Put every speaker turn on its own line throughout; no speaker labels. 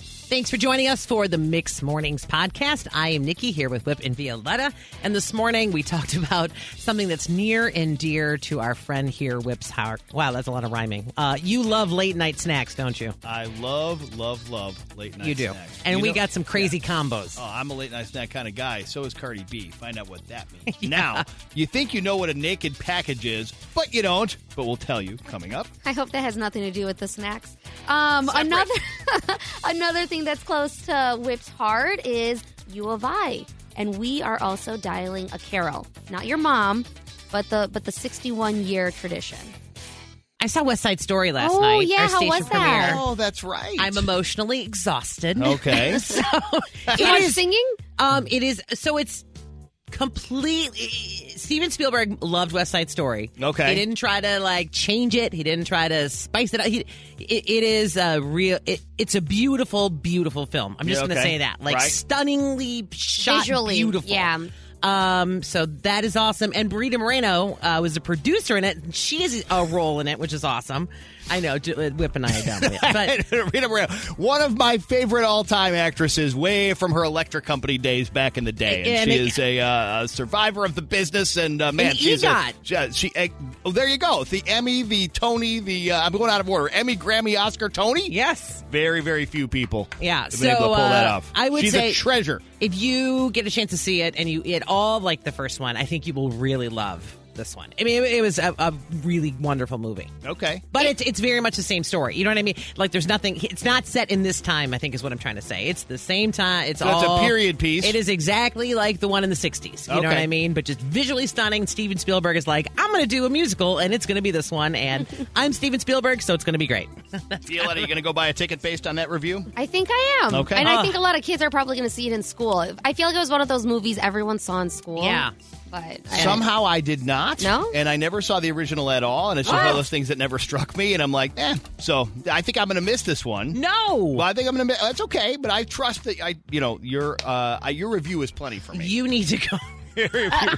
Thanks for joining us for the Mixed Mornings podcast. I am Nikki here with Whip and Violetta. And this morning we talked about something that's near and dear to our friend here, Whip's heart. Wow, that's a lot of rhyming. Uh, you love late night snacks, don't you?
I love, love, love late night
you do.
snacks.
And
You
we
know-
got some crazy combos.
Oh, I'm a late night snack kind of guy. So is Cardi B. Find out what that means. Now, you think you know what a naked package is, but you don't. But we'll tell you coming up.
I hope that has nothing to do with the snacks. Um, another another thing that's close to Whipped Hard is U of I, and we are also dialing a Carol, not your mom, but the but the 61 year tradition.
I saw West Side Story last
Oh,
night. our
yeah, how
station
was that?
premiere.
Oh, that's right.
I'm emotionally exhausted.
Okay.
so
You
it
want
is
singing?
Um, it is so it's completely. Steven Spielberg loved West Side Story.
Okay.
he didn't try to like change it. He didn't try to spice it up. He, it, it is a real. It, it's a beautiful, beautiful film. I'm just
Yeah,
going to
okay.
say that, like
Right.
stunningly shot,
Visually,
beautiful.
yeah.
Um, so that is awesome. And Brita Moreno uh, was a producer in it. and She has a role in it, which is awesome. I know, J- uh, Whip and I are done with it. But
Rita Moreno, one of my favorite all-time actresses, way from her electric company days back in the day, and,
And
she
it-
is a, uh, a survivor of the business. And uh, man,
An
she's
EGOT.
a she, she- eh, oh, there you go, the Emmy, the Tony, the uh, I'm going out of order, Emmy, Grammy, Oscar, Tony.
yes.
Very, very few people.
Yeah,
have been able to
so,
pull that
uh,
off.
I would
she's
say-
a treasure.
If you get a chance to see it and you at all like the first one, I think you will really love this one. I mean, it, it was a, a really wonderful movie.
Okay,
But it's, it's very much the same story. You know what I mean? Like, there's nothing. It's not set in this time. I think is what I'm trying to say. It's the same time. It's
it's a
all
period piece.
It is exactly like the one in the '60s. You know what
Okay.
I mean? But just visually stunning. Steven Spielberg is like, I'm going to do a musical, and it's going to be this one. And I'm Steven Spielberg, so it's going to be great.
Violetta, you going to go buy a ticket based on that review?
I think I am.
Okay.
And
Ah.
I think a lot of kids are probably going to see it in school. I feel like it was one of those movies everyone saw in school.
Yeah.
But I-
Somehow I did not.
No?
And I never saw the original at all. And it's just
Oh.
one of those things that never struck me. And I'm like, eh. So I think I'm going to miss this one.
No.
Well, I think I'm going to miss. That's okay. But I trust that I, you know, your uh, I- your review is plenty for me.
You need to go.
Uh,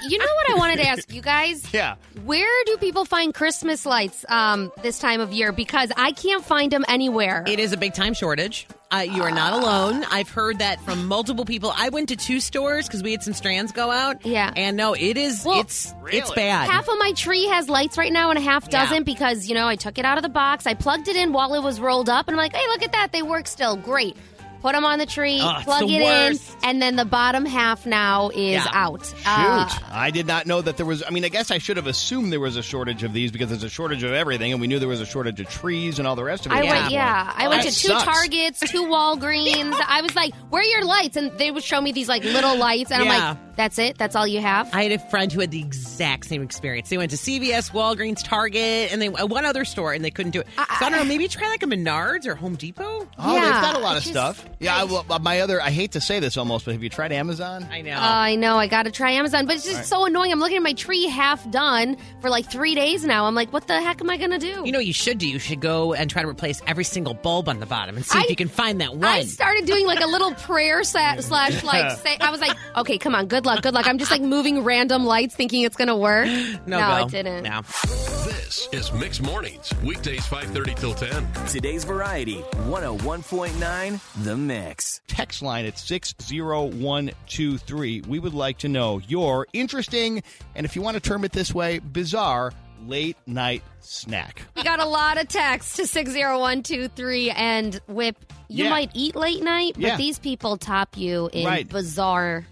you know what I wanted to ask you guys?
yeah.
Where do people find Christmas lights um, this time of year? Because I can't find them anywhere.
It is a big time shortage. Uh, you are not alone. I've heard that from multiple people. I went to two stores because we had some strands go out.
Yeah.
and no, it is.
Well,
it's it's
Really?
bad.
half of my tree has lights right now, and half
Yeah.
doesn't because you know I took it out of the box. I plugged it in while it was rolled up, and I'm like, hey, look at that, they work still. Great. Put them on the tree,
Ugh, Oh, it's
plug
the
it
worst.
in, and then the bottom half now is
Yeah.
out. Uh, Shoot.
Shoot. I did not know that there was. I mean, I guess I should have assumed there was a shortage of these because there's a shortage of everything. And we knew there was a shortage of trees and all the rest of it.
I
Yeah.
went, yeah. I went
That
to two
sucks.
Targets, two Walgreens. I was like, "Where are your lights?" And they would show me these like little lights, and
Yeah.
I'm like, "That's it? That's all you have?"
I had a friend who had the exact same experience. They went to CVS, Walgreens, Target, and they uh, one other store, and they couldn't do it. so I don't know. Maybe try like a Menards or Home Depot.
Oh,
Yeah,
they've got a lot
I
of
just-
stuff. Yeah, I, well, my other, I hate to say this almost, but have you tried Amazon?
I know.
Oh, I know. I got to try Amazon, but it's just so annoying. I'm looking at my tree half done for like three days now. I'm like, what the heck am I going to do?
you know, what you should do. You should go and try to replace every single bulb on the bottom and see if
I-
you can find that one.
I started doing like a little prayer sa- slash like say, I was like, okay, come on, good luck, good luck. I'm just like moving random lights, thinking it's gonna work.
no, go.
it didn't.
No.
This is Mixed Mornings, weekdays 5:30 till 10.
Today's variety 101.9 The Mix.
text line at 60123. We would like to know your interesting, and if you want to term it this way, bizarre late night snack.
We got a lot of texts to six zero one two three and whip. You
Yeah.
might eat late night, but
Yeah.
these people top you in
Right.
bizarreness.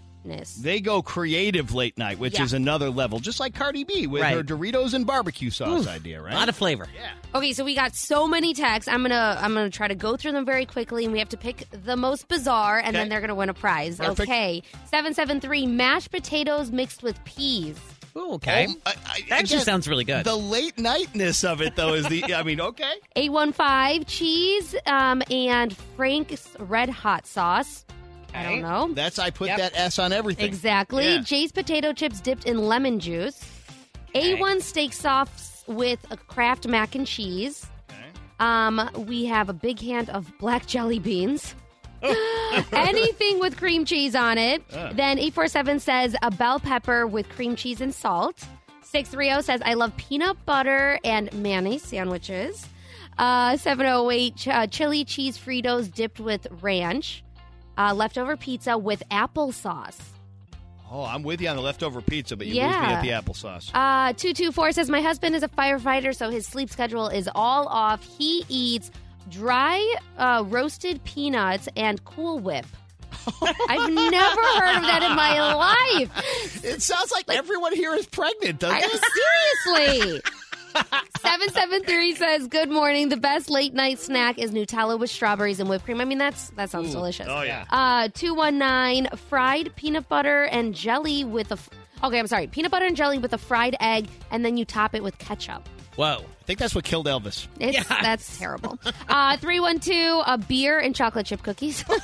They go creative late night, which
Yeah.
is another level, just like Cardi B with
Right.
her Doritos and barbecue sauce idea, right?
A lot of flavor.
Okay, so we got so many texts. I'm gonna I'm gonna try to go through them very quickly, and we have to pick the most bizarre, and
Okay.
then they're gonna win a prize.
Perfect.
Okay, seven seven three mashed potatoes mixed with peas.
Ooh, okay.
Um, I- I-
that actually
again,
sounds really good.
The late nightness of it, though, is the. I mean, okay.
Eight one five cheese um, and Frank's Red Hot sauce. I
Okay.
don't know
That's I put
Yep.
that S on everything.
exactly.
Yeah.
Jay's potato chips dipped in lemon juice.
Okay.
A one steak softs with a Kraft mac and cheese. Um, we have a big hand of black jelly beans. Anything with cream cheese on it. Then 847 says a bell pepper with cream cheese and oh salt. 630 says I love peanut butter and mayonnaise sandwiches. Uh, 708 ch- uh, chili cheese Fritos dipped with ranch. Uh, leftover pizza with applesauce.
Oh, I'm with you on the leftover pizza, but you
Yeah.
lose me at the applesauce.
Uh, 224 says, My husband is a firefighter, so his sleep schedule is all off. He eats dry uh, roasted peanuts and Cool Whip. I've never heard of that in my life.
it sounds like, everyone here is pregnant, doesn't it?
I- seriously. 773 says, Good morning. The best late night snack is Nutella with strawberries and whipped cream. I mean, that's that sounds delicious.
Oh, yeah.
Uh, 219, fried peanut butter and jelly with a. F- okay, I'm sorry. Peanut butter and jelly with a fried egg, and then you top it with ketchup.
Whoa. I think that's what killed Elvis.
It's, That's terrible. Uh, 312, a beer and chocolate chip cookies.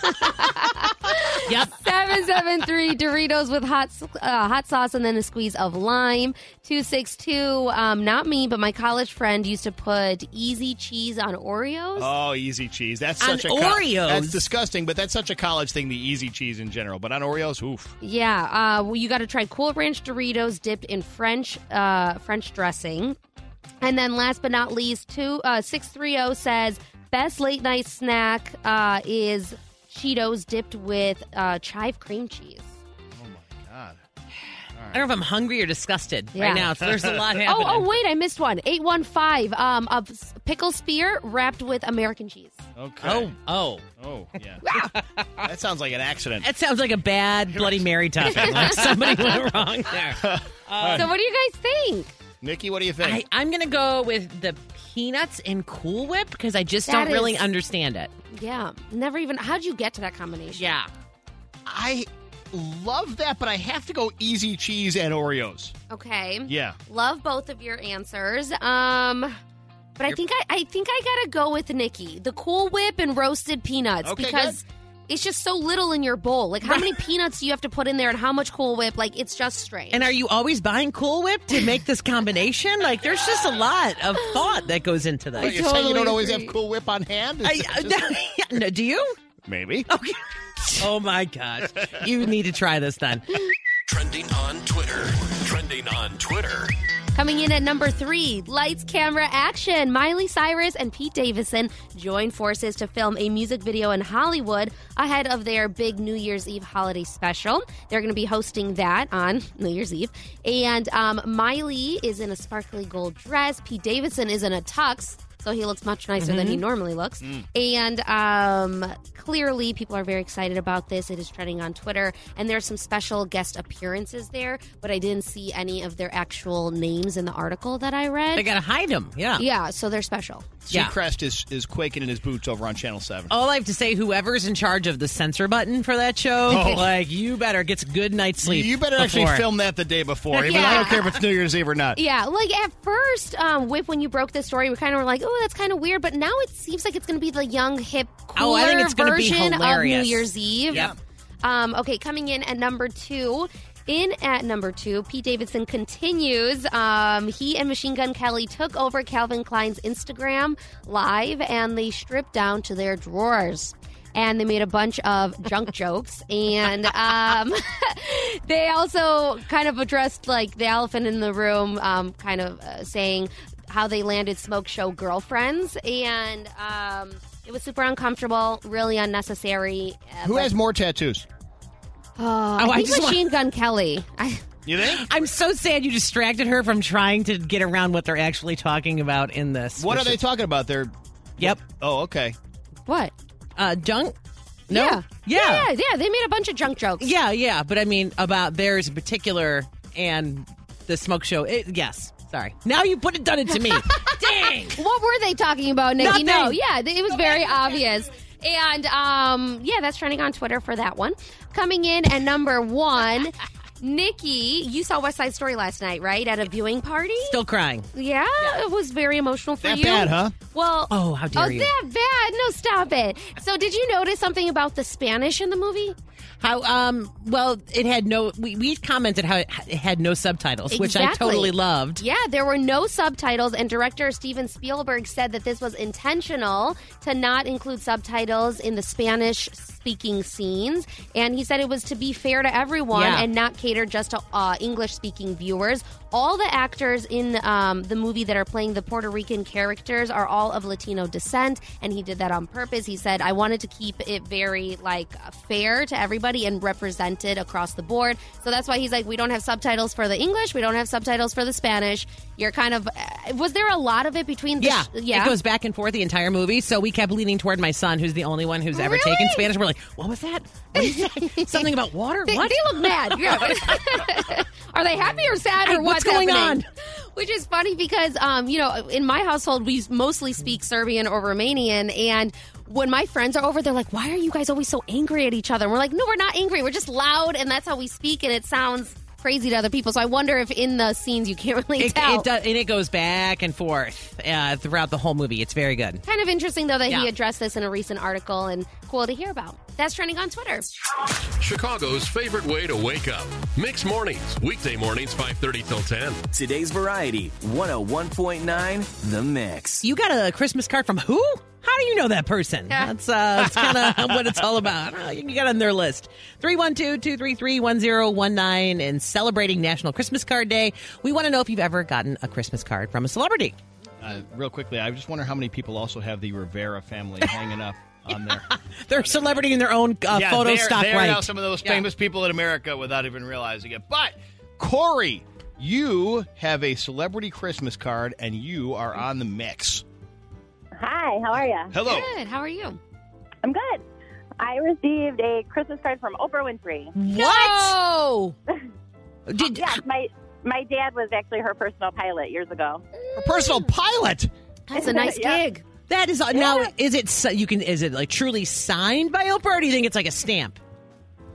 Yep.
773 Doritos with hot s- uh, hot sauce and then a squeeze of lime. 262 um, not me but my college friend used to put easy cheese on Oreos.
Oh, easy cheese. That's
On
such a col-
Oreos.
That's disgusting, but that's such a college thing, the easy cheese in general. But on Oreos, oof.
Yeah, uh, well, you got to try Cool Ranch Doritos dipped in French uh, French dressing. And then last but not least, two uh, 630 says best late night snack uh, is Cheetos dipped with uh, chive cream cheese.
God.
I don't know if I'm hungry or disgusted
Yeah.
right now. So there's a lot
Oh,
happening.
oh, wait, I missed one. 815 um, of s- pickle spear wrapped with American cheese.
Okay.
Oh, oh.
Oh, yeah. that sounds like an accident.
That sounds like a bad Bloody Mary topping. Like somebody went wrong there.
Uh,
so, what do you guys think?
Nikki, what do you think?
I, I'm going to go with the peanuts and Cool Whip because I just
That
don't really
is-
understand it.
Yeah, never even. How'd you get to that combination?
Yeah.
I love that, but I have to go easy cheese and Oreos.
Okay.
Yeah.
Love both of your answers. Um, but I think I, I think I gotta go with Nikki. The Cool Whip and roasted peanuts
Okay,
because it's just so little in your bowl. Like, how many peanuts do you have to put in there, and how much Cool Whip? Like, it's just strange.
And are you always buying Cool Whip to make this combination? Like, there's just a lot of thought that goes into
But
this.
you're saying you don't
totally
always
agree.
have Cool Whip on hand? Is
I, uh,
it just-
no, do you?
maybe.
Okay. Oh my gosh. You need to try this then.
Trending on Twitter. Trending on Twitter.
Coming in at number three, lights, camera, action. Miley Cyrus and Pete Davidson join forces to film a music video in Hollywood ahead of their big New Year's Eve holiday special. They're going to be hosting that on New Year's Eve. And um, Miley is in a sparkly gold dress, Pete Davidson is in a tux. So he looks much nicer than he
Mm-hmm.
normally looks.
Mm.
And um, clearly, people are very excited about this. It is trending on Twitter. And there's some special guest appearances there, but I didn't see any of their actual names in the article that I read.
They got to hide them. Yeah.
yeah, so they're special.
Yeah.
Seacrest is, is quaking in his boots over on Channel 7.
All I have to say, whoever's in charge of the censor button for that show, like, you better get a good night's sleep.
Oh. You better actually
before.
film that the day before. Even I
Yeah.
don't care if it's New Year's Eve or not.
Yeah, like at first, um, Whip, when you broke this story, we kind of were like, oh, that's kind of weird. But now it seems like it's going to be the young, hip,
Oh,
cooler
I think it's gonna be
version of New
hilarious.
Year's Eve.
Yep.
Um, okay, coming in at number two. In at number two, Pete Davidson continues. Um, he and Machine Gun Kelly took over Calvin Klein's Instagram live and they stripped down to their drawers. And they made a bunch of junk jokes. And um, they also kind of addressed like the elephant in the room, um, kind of uh, saying how they landed Smoke Show girlfriends. And um, it was super uncomfortable, really unnecessary. uh,
Who
but-
has more tattoos?
uh,
Oh, I
I think
just want-
Machine Gun Kelly. I,
You think?
I'm so sad you distracted her from trying to get around what they're actually talking about in this.
What
which
are they
is-
talking about? They're.
Yep.
Oh, okay.
what?
Uh, junk? No?
Yeah.
Yeah.
yeah, yeah. They made a bunch of junk jokes.
Yeah, yeah, but I mean about theirs in particular and the smoke show. It, yes, sorry. Now you put it done it to me. Dang.
What were they talking about, Nikki?
Nothing.
No, yeah, th- it was very obvious. And um, yeah, that's trending on Twitter for that one. Coming in at number one, Nikki, you saw West Side Story last night, right? At a viewing party.
Still crying.
Yeah, it was very emotional for
That
you.
bad, huh?
Well,
Oh, how dare
oh,
you.
that bad? No, stop it. So, did you notice something about the Spanish in the movie?
How um well it had no we, we commented how it h- it had no subtitles, which I
Exactly.
totally loved.
Yeah, there were no subtitles, and director Steven Spielberg said that this was intentional to not include subtitles in the Spanish speaking scenes. And he said it was to be fair to everyone
Yeah.
and not cater just to uh, English speaking viewers, all the actors in um, the movie that are playing the Puerto Rican characters are all of Latino descent, and he did that on purpose. He said, "I wanted to keep it very like fair to everybody and represented across the board." So that's why he's like, "We don't have subtitles for the English, we don't have subtitles for the Spanish." You're kind of uh, was there a lot of it between? The
Yeah,
sh- yeah.
It goes back and forth the entire movie. So we kept leaning toward my son, who's the only one who's ever
Really?
taken Spanish. We're like, what was that? What is that? Something about water?
They,
what?
they look mad. Yeah. Are they happy or sad or
What's
what's,
going
happening?
on?
Which is funny because, um, you know, in my household, we mostly speak Serbian or Romanian. And when my friends are over, they're like, why are you guys always so angry at each other? And we're like, no, we're not angry. We're just loud. And that's how we speak. And it sounds crazy to other people. So I wonder if in the scenes you can't really
it,
tell.
it does, and it goes back and forth uh, throughout the whole movie. It's very good.
Kind of interesting, though, that
Yeah.
he addressed this in a recent article and cool to hear about. That's trending on Twitter.
Chicago's favorite way to wake up. Mix mornings, weekday mornings 5:30 till 10.
Today's variety 101.9 The Mix.
You got a Christmas card from who? How do you know that person? That's, uh, that's kind of what it's all about. Uh, You got on their list. 312-233-1019 and celebrating National Christmas Card Day. We want to know if you've ever gotten a Christmas card from a celebrity.
Uh, real quickly, I just wonder how many people also have the Rivera family hanging up on their
They're a celebrity in their own uh,
yeah,
photo
they're,
stock
they're
right.
now some of those famous people in America without even realizing it. But Corey, you have a celebrity Christmas card, and you are on the mix.
Hi, how are you?
Hello.
Good. How are you?
I'm good. I received a Christmas card from Oprah Winfrey.
What?
No!
Did,
Yes, my my dad was actually her personal pilot years ago.
A personal pilot.
That's a nice
Yeah.
gig.
That is uh, now. Is it si- you can? Is it like truly signed by Oprah? Or do you think it's like a stamp?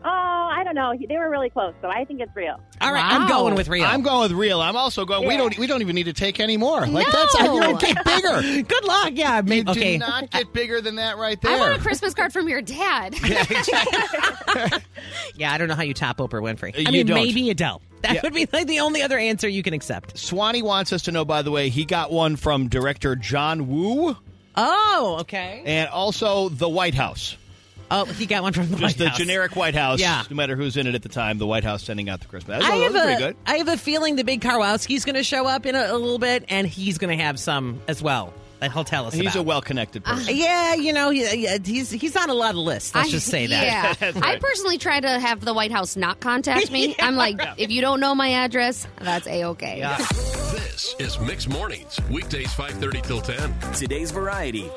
Oh, I don't know. He- They were really close, so I think it's real.
All right, I'm
Wow.
going with real.
I'm going with real. I'm also going. We
Yeah.
don't. We don't even need to take any more. Like
No.
that's you're get bigger.
Good luck. Yeah,
You
maybe. Okay.
do not get bigger than that right there.
I want a Christmas card from your dad.
Yeah, I don't know how you top Oprah Winfrey. I
you
mean,
don't.
maybe Adele. That
Yeah.
would be like the only other answer you can accept.
Swanee wants us to know, by the way, he got one from director John Woo
Oh, okay.
and also the White House.
Oh, he got one from the
Just
White
the
House.
generic White House.
Yeah.
No matter who's in it at the time, the White House sending out the Christmas. That's,
I
that's
have
pretty
a,
good.
I have a feeling the big Karwowski's going to show up in a, a little bit, and he's going to have some as well that he'll tell us.
He's a
about.
well-connected person.
Yeah, you know, he, yeah, he's he's on a lot of lists. Let's just say that.
Yeah. I personally try to have the White House not contact me. I'm like, if you don't know my address, that's a okay.
This is Mix Mornings, weekdays 5:30 till 10.
Today's variety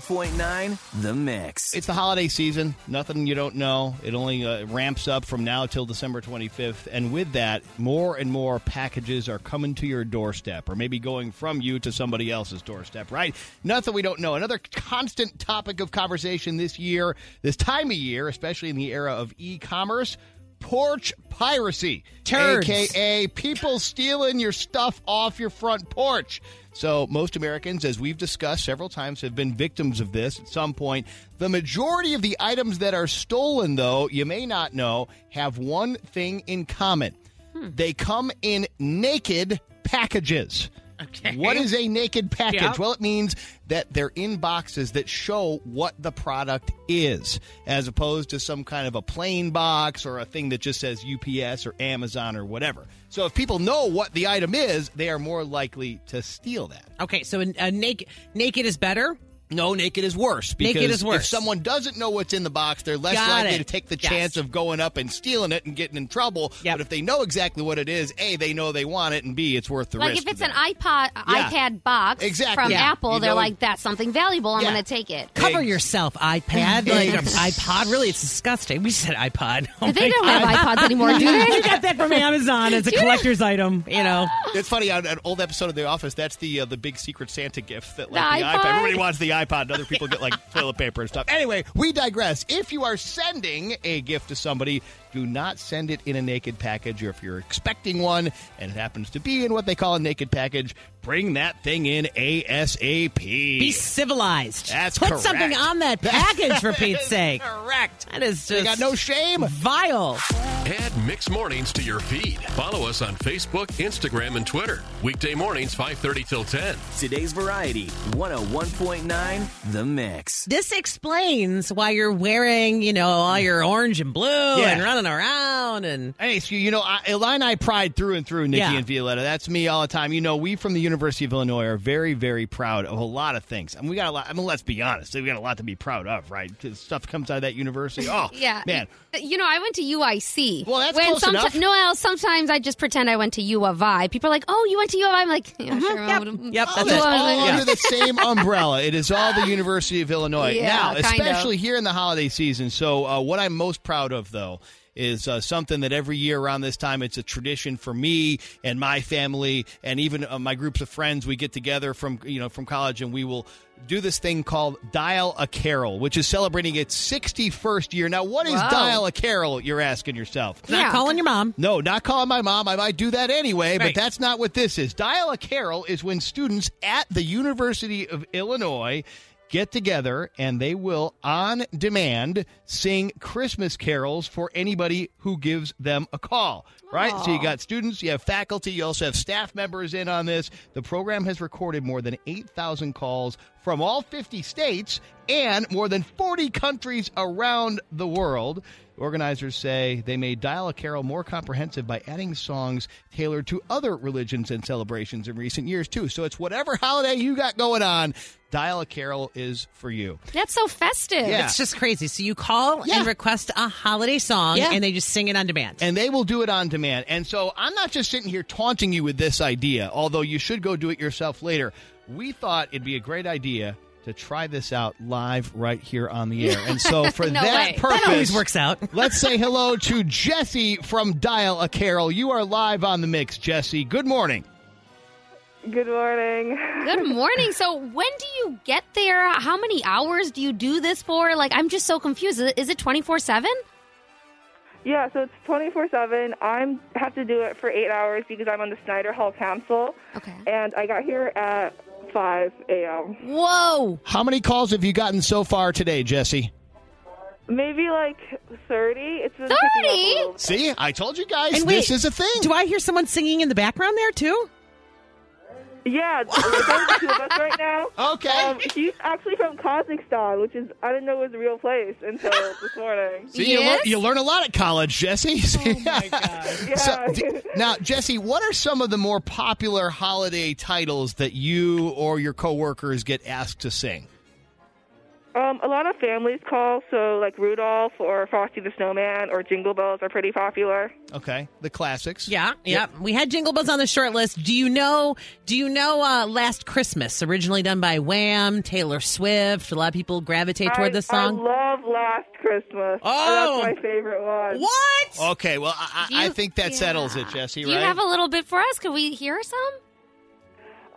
101.9 The Mix.
It's the holiday season. Nothing you don't know. It only uh, ramps up from now till December 25th. And with that, more and more packages are coming to your doorstep or maybe going from you to somebody else's doorstep, right? Nothing we don't know. Another constant topic of conversation this year, this time of year, especially in the era of e commerce. Porch piracy,
Turds.
aka people stealing your stuff off your front porch. So, most Americans, as we've discussed several times, have been victims of this at some point. The majority of the items that are stolen, though, you may not know, have one thing in common they come in naked packages.
Okay.
What is a naked package?
Yeah.
Well, it means that they're in boxes that show what the product is, as opposed to some kind of a plain box or a thing that just says UPS or Amazon or whatever. So if people know what the item is, they are more likely to steal that.
Okay, so a, a naked naked is better.
No, naked is worse. Because
Naked is worse.
If someone doesn't know what's in the box, they're less
Got
likely
it.
to take the
Yes.
chance of going up and stealing it and getting in trouble.
Yep.
But if they know exactly what it is, A, they know they want it, and B, it's worth the
Like
risk.
if
to
it's an
them.
iPod,
Yeah.
iPad box
Exactly.
from
Yeah.
Apple,
You
they're
know-
like, that's something valuable. I'm
Yeah.
going to take it.
Cover
Eggs.
yourself, iPad. Like or iPod, really? It's disgusting. We said iPod. Oh my
They don't have iPods anymore, do
God.
they?
You got that from Amazon as a collector's item, you know.
It's funny on an old episode of The Office. That's the uh, the big Secret Santa gift that like
The
the, iPad.
iPod?
Everybody wants the iPod, and other people get like toilet paper and stuff. Anyway, we digress. If you are sending a gift to somebody, do not send it in a naked package. Or if you're expecting one and it happens to be in what they call a naked package, bring that thing in asap.
Be civilized.
That's
Put
correct.
something on that package for Pete's
is
sake.
Correct.
That is just
They got no shame.
vile.
Add Mix Mornings to your feed. Follow us on Facebook, Instagram, and Twitter. Weekday mornings 5:30 till 10.
Today's variety 101.9 The Mix.
This explains why you're wearing, you know, all your orange and blue
Yeah.
and running moving around and
Hey, so you know, I, Illini pride through and through, Nikki
Yeah.
and Violetta. That's me all the time. You know, we from the University of Illinois are very, very proud of a lot of things. And we got a lot, I mean, let's be honest, we got a lot to be proud of, right? 'Cause Stuff comes out of that university. Oh,
Yeah.
man.
You know, I went to UIC.
Well, that's close enough.
No, well, sometimes I just pretend I went to U of I. People are like, oh, you went to U of I? I'm like, yeah, sure. I would've- Oh,
Yep, that's
It's
it.
all
Yeah.
under the same umbrella. It is all the University of Illinois.
Yeah,
now,
kind of.
especially here in the holiday season. So, uh, what I'm most proud of, though, is uh, something that every year around this time, it's a tradition for me and my family, and even uh, my groups of friends. We get together from you know from college, and we will do this thing called Dial a Carol, which is celebrating its 61st year. Now, what is
Wow.
Dial a Carol? You're asking yourself.
Yeah.
not calling your mom.
No, not calling my mom. I might do that anyway,
Right.
but that's not what this is. Dial a Carol is when students at the University of Illinois get together and they will, on demand, sing Christmas carols for anybody who gives them a call. Right? So you got students, you have faculty, you also have staff members in on this. The program has recorded more than 8,000 calls from all 50 states and more than 40 countries around the world. Organizers say they may dial a carol more comprehensive by adding songs tailored to other religions and celebrations in recent years, too. So it's whatever holiday you got going on, dial a carol is for you.
That's so festive.
Yeah.
It's just crazy. So you call
Yeah.
and request a holiday song,
Yeah.
and they just sing it on demand.
And they will do it on demand. And so I'm not just sitting here taunting you with this idea, although you should go do it yourself later. We thought it'd be a great idea to try this out live right here on the air. And so for
No
that
way. That
purpose,
that always works out.
Let's say hello to Jesse from Dial a Carol. You are live on the mix, Jesse. Good morning.
Good morning.
Good morning. So, when do you get there? How many hours do you do this for? Like, I'm just so confused. Is it- Is it 24 7?
Yeah, so it's 24 7. I have to do it for eight hours because I'm on the Snyder Hall Council.
Okay.
And I got here at 5 a.m.
Whoa.
How many calls have you gotten so far today, Jesse?
Maybe like 30. It's been
30?
Picking up a little.
See, I told you guys
And
this
wait,
is a thing.
Do I hear someone singing in the background there too?
Yeah, there's only two of us right now.
Okay.
Um, he's actually from Kazakhstan, which is, I didn't know was a real place until this morning.
See, you, learn,
Yes?
you learn a lot at college, Jesse. Oh my
Yeah.
now, Jesse, what are some of the more popular holiday titles that you or your coworkers get asked to sing?
Um, a lot of families call, so like Rudolph or Frosty the Snowman or Jingle Bells are pretty popular.
Okay, the classics.
Yeah, yeah. We had Jingle Bells on the short list. Do you know? Do you know? Uh, Last Christmas, originally done by Wham, Taylor Swift. A lot of people gravitate toward
I,
this
I
song.
love Last Christmas.
Oh.
that's my favorite one.
what?
Okay, well, I, I I
You-
think that
yeah.
settles it, Jesse.
Do you
right?
have a little bit for us? Could we hear some?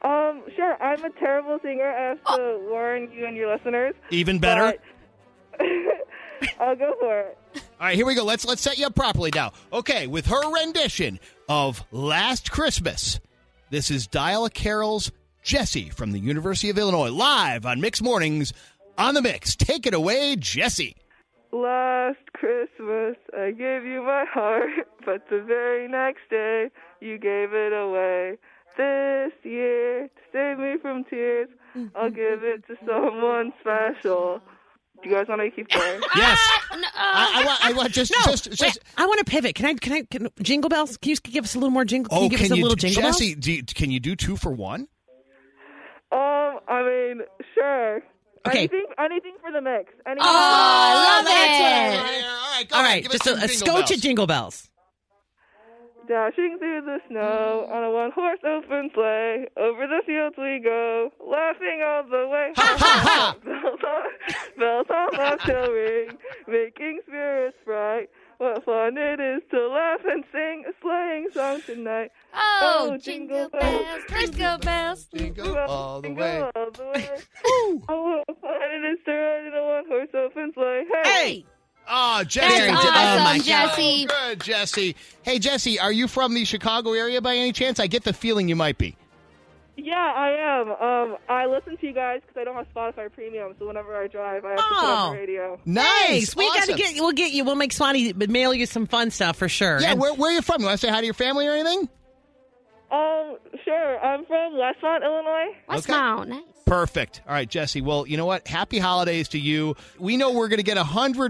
Um, sure. I'm a terrible singer. I have to warn you and your listeners.
Even better.
but- I'll go for it.
All right, here we go. Let's let's set you up properly now. Okay, with her rendition of Last Christmas. This is Dial a Carol's Jesse from the University of Illinois, live on Mix Mornings on the Mix. Take it away, Jesse.
Last Christmas, I gave you my heart, but the very next day, you gave it away. This year, to save me from tears, I'll give it to someone special. Do you guys want to keep going?
Yes.
No.
I, I want I want just
Ah, No,
just
wait,
just
I want to pivot. Can I? Can I? Can, jingle bells. Can you just give us a little more jingle?
Oh,
Can you give us a little
do-
jingle
Jesse,
bells?
do you, can you do two for one?
um, I mean, sure.
Okay.
Anything, anything for the mix. Anything Uh,
I
Oh,
love
All
it.
right, go
All
ahead,
right,
give us
just
some
a, a
jingle
scotch of
bells.
Jingle Bells.
Dashing through the snow on a one horse open sleigh. Over the fields we go, laughing all the way. Ha ha ha! Bells on love shall ring, making spirits bright. What fun it is to laugh and sing a sleighing song tonight.
Oh,
Oh,
jingle
jingle Oh,
bells, jingle bells.
Jingle all the
Jingle
way.
all the way. oh, what fun it is to ride in a one horse open sleigh. Hey!
Oh, Jesse.
That's
oh,
awesome,
my God.
Jesse.
Good, Jesse. Hey, Jesse, are you from the Chicago area by any chance? I get the feeling you might be.
Yeah, I am. Um, I listen to you guys because I don't have Spotify Premium, so whenever I drive, I have to put
Oh.
on the radio.
Nice.
Thanks. We got to
Awesome.
get. We'll get you. We'll make Swanee mail you some fun stuff for sure.
Yeah,
And-
where, where are you from? You want to say hi to your family or anything?
Um, sure. I'm from Westmont, Illinois.
What's
Okay.
now? Nice.
Perfect. All right, Jesse. Well, you know what? Happy holidays to you. We know we're going to get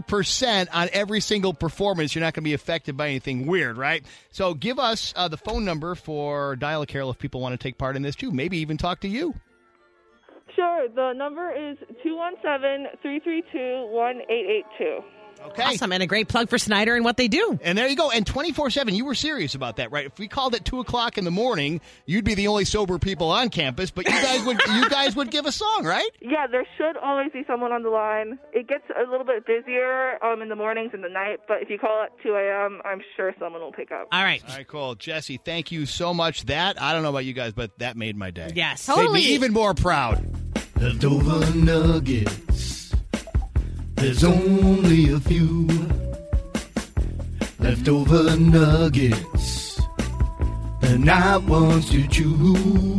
100% on every single performance. You're not going to be affected by anything weird, right? So give us uh, the phone number for Dial a Carol if people want to take part in this too. Maybe even talk to you.
Sure. The number is 217-332-1882.
Okay.
Awesome. And a great plug for Snyder and what they do.
And there you go. And 24 7, you were serious about that, right? If we called at 2 o'clock in the morning, you'd be the only sober people on campus, but you guys would you guys would give a song, right?
Yeah, there should always be someone on the line. It gets a little bit busier um, in the mornings and the night, but if you call at 2 a.m., I'm sure someone will pick up.
All right.
All right, cool. Jesse, thank you so much. That, I don't know about you guys, but that made my day.
Yes.
Made
Totally.
me even more proud.
Leftover nuggets. There's only a few. Leftover nuggets. They're not ones to chew.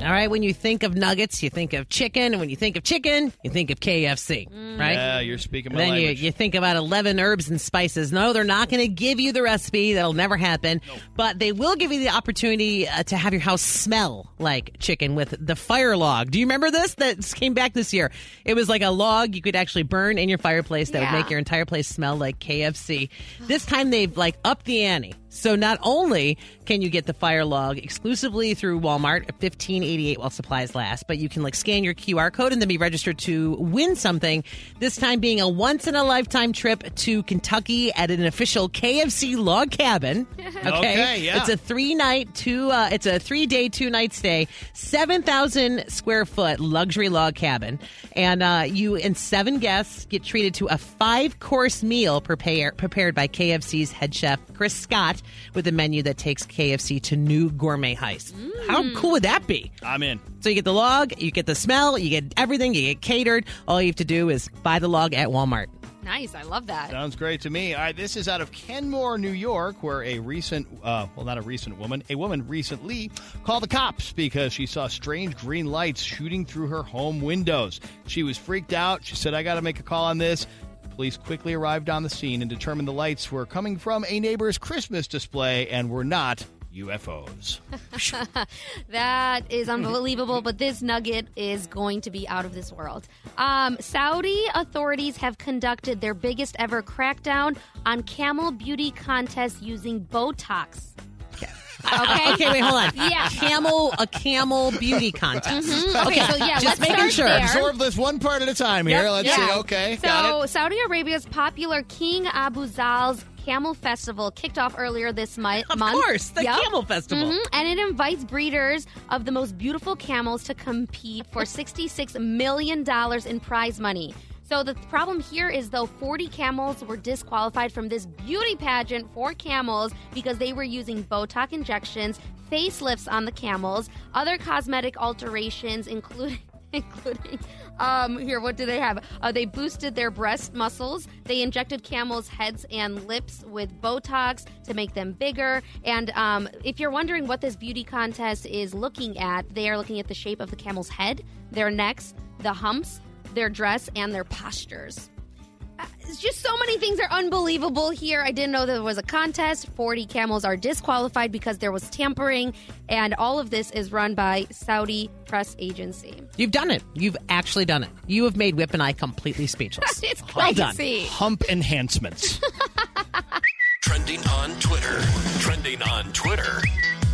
All right. When you think of nuggets, you think of chicken. And when you think of chicken, you think of KFC, right?
Mm. Yeah, Uh, you're speaking my
Then you,
language.
you think about 11 herbs and spices. No, they're not going to give you the recipe. That'll never happen. But they will give you the opportunity uh, to have your house smell like chicken with the fire log. Do you remember this? That came back this year. It was like a log you could actually burn in your fireplace that would
Yeah.
make your entire place smell like KFC. This time they've like upped the ante. So not only can you get the fire log exclusively through Walmart at 1588 while supplies last, but you can like scan your QR code and then be registered to win something. This time being a once in a lifetime trip to Kentucky at an official KFC log cabin. Okay,
Okay, yeah.
It's a three night, two. Uh, it's a three day, two night stay, seven thousand square foot luxury log cabin, and uh, you and seven guests get treated to a five course meal prepare, prepared by KFC's head chef Chris Scott with a menu that takes KFC to new gourmet heights.
Mm.
How cool would that be?
I'm in.
So you get the log, you get the smell, you get everything, you get catered. All you have to do is buy the log at Walmart.
Nice. I love that.
Sounds great to me. All right, this is out of Kenmore, New York, where a recent, uh, well, not a recent woman, a woman recently called the cops because she saw strange green lights shooting through her home windows. She was freaked out. She said, I got to make a call on this. Police quickly arrived on the scene and determined the lights were coming from a neighbor's Christmas display and were not UFOs.
That is unbelievable, but this nugget is going to be out of this world. Um, Saudi authorities have conducted their biggest ever crackdown on camel beauty contests using Botox. Okay.
Okay, wait, hold on.
Yeah. Mm-hmm.
camel a camel beauty contest. Okay,
Hmm? so yeah,
just
let's
making
start
sure.
there.
Absorb this one part at a time here.
Yep,
Let's
Yeah.
see. Okay,
So
got it.
Saudi Arabia's popular King Abu Zal's Camel Festival kicked off earlier this mi-
Of
month.
course, the
Yep.
Camel Festival.
Mhm, And it invites breeders of the most beautiful camels to compete for $66 million in prize money. So the problem here is, though, 40 camels were disqualified from this beauty pageant for camels because they were using Botox injections, facelifts on the camels, other cosmetic alterations, including. Including, um, here, what do they have? Uh, they boosted their breast muscles. They injected camels' heads and lips with Botox to make them bigger. And um, if you're wondering what this beauty contest is looking at, they are looking at the shape of the camel's head, their necks, the humps, their dress, and their postures. Uh, It's just so many things are unbelievable here. I didn't know there was a contest. 40 camels are disqualified because there was tampering, and all of this is run by Saudi press agency.
You've done it. You've actually done it. You have made Whip and I completely speechless.
It's
Well done.
crazy.
Hump enhancements.
Trending on Twitter. Trending on Twitter.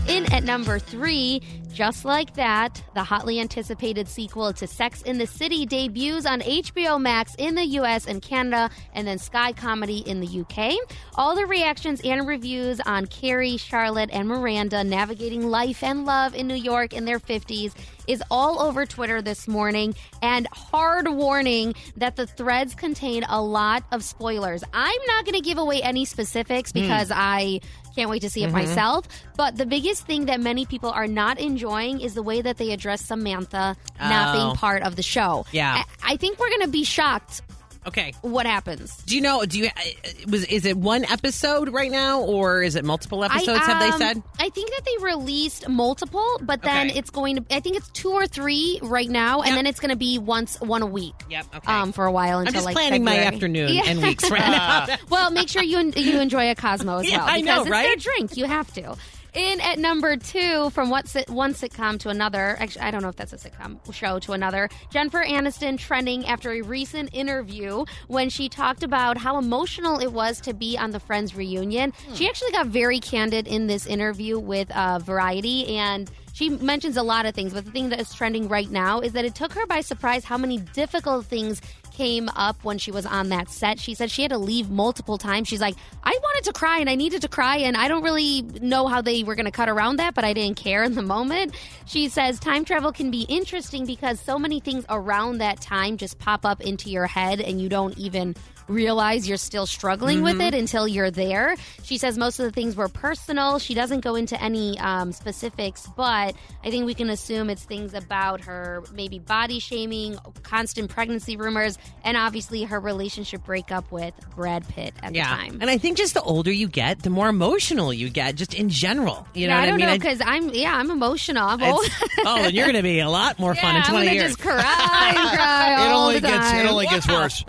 In at number three, just like that, the hotly anticipated sequel to Sex in the City debuts on HBO Max in the US and Canada, and then Sky Comedy in the UK. All the reactions and reviews on Carrie, Charlotte, and Miranda navigating life and love in New York in their 50s is all over Twitter this morning, and hard warning that the threads contain a lot of spoilers. I'm not going to give away any specifics
Hmm.
because I can't wait to see it
Mm-hmm.
myself. But the biggest thing that many people are not enjoying is the way that they address Samantha not
Oh.
being part of the show.
Yeah.
I, I think we're going to be shocked
Okay.
what happens.
Do you know? Do you I- was? Is it one episode right now, or is it multiple episodes?
I,
have
um,
they said?
I think that they released multiple, but then
Okay.
it's going to. I think it's two or three right now, and then it's going to be once one a week.
Yep, okay.
Um, for a while until
I'm just
like
planning my
February.
afternoon
Yeah.
and weeks right now.
well, make sure you you enjoy a Cosmo as
Yeah,
well.
I know,
because
right?
It's their drink. You have to. In at number two, from what sit- one sitcom to another, actually, I don't know if that's a sitcom show to another, Jennifer Aniston trending after a recent interview when she talked about how emotional it was to be on the Friends reunion.
Hmm.
She actually got very candid in this interview with uh, Variety and. She mentions a lot of things, but the thing that is trending right now is that it took her by surprise how many difficult things came up when she was on that set. She said she had to leave multiple times. She's like, I wanted to cry and I needed to cry, and I don't really know how they were going to cut around that, but I didn't care in the moment. She says time travel can be interesting because so many things around that time just pop up into your head and you don't even realize you're still struggling with
Mm-hmm.
it until you're there. She says most of the things were personal. She doesn't go into any um, specifics, but I think we can assume it's things about her maybe body shaming, constant pregnancy rumors, and obviously her relationship breakup with Brad Pitt at
yeah.
the time.
And I think just the older you get, the more emotional you get, just in general. You know
yeah,
what
I don't
mean?
know because I'm yeah I'm emotional. I'm old.
It's- oh, then you're going to be a lot more fun
yeah,
in 20
I'm gonna
years.
just cry and cry
It
all
only
the
gets
time.
it only gets worse.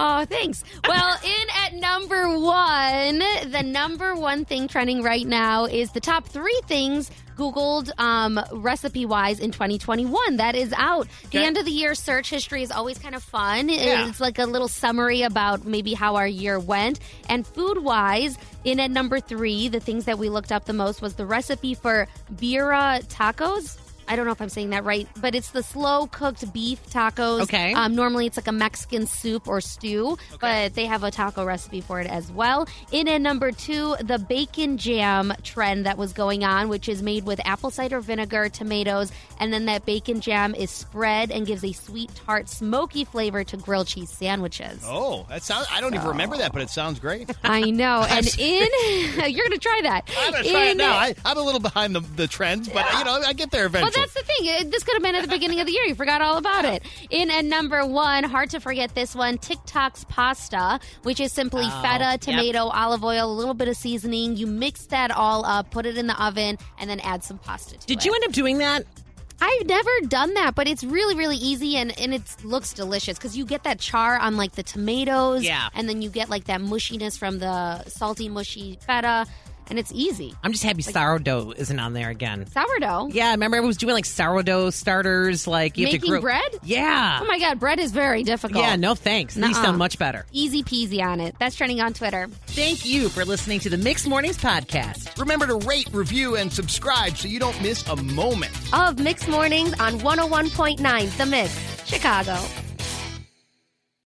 Oh, thanks. Well, in at number one, the number one thing trending right now is the top three things Googled um, recipe wise in 2021. That is out. The
Okay.
end of the year search history is always kind of fun.
Yeah.
It's like a little summary about maybe how our year went. And food wise, in at number three, the things that we looked up the most was the recipe for Bira tacos. I don't know if I'm saying that right, but it's the slow cooked beef tacos.
Okay.
Um, um, normally, it's like a Mexican soup or stew, but they have a taco recipe for it as well. In at number two, the bacon jam trend that was going on, which is made with apple cider vinegar, tomatoes, and then that bacon jam is spread and gives a sweet, tart, smoky flavor to grilled cheese sandwiches.
Oh, that sounds. I don't even remember that, but it sounds great.
I know. And in, you're going to try that.
I'm gonna try it
In-
now. I, I'm a little behind the, the trends, but you know I get there
Well,
eventually.
that's the thing. It- This could have been at the beginning of the year. You forgot all about it. In at number one, hard to forget this one TikTok's pasta, which is simply
Oh,
feta,
yep.
tomato, olive oil, a little bit of seasoning. You mix that all up, put it in the oven, and then add some pasta to it.
Did you end up doing that?
I've never done that, but it's really, really easy and, and it looks delicious because you get that char on like the tomatoes.
Yeah.
And then you get like that mushiness from the salty, mushy feta, and it's easy.
I'm just happy sourdough isn't on there again.
Sourdough.
Yeah, I remember I was doing like sourdough starters, like you have to
Making
group.
bread?
Yeah.
Oh my God, bread is very difficult.
yeah, no thanks. These
Nuh-uh.
sound much better.
Easy peasy on it. That's trending on Twitter.
Thank you for listening to the Mixed Mornings Podcast.
Remember to rate, review, and subscribe so you don't miss a moment.
oh Of Mix Mornings on 101.9 The Mix, Chicago.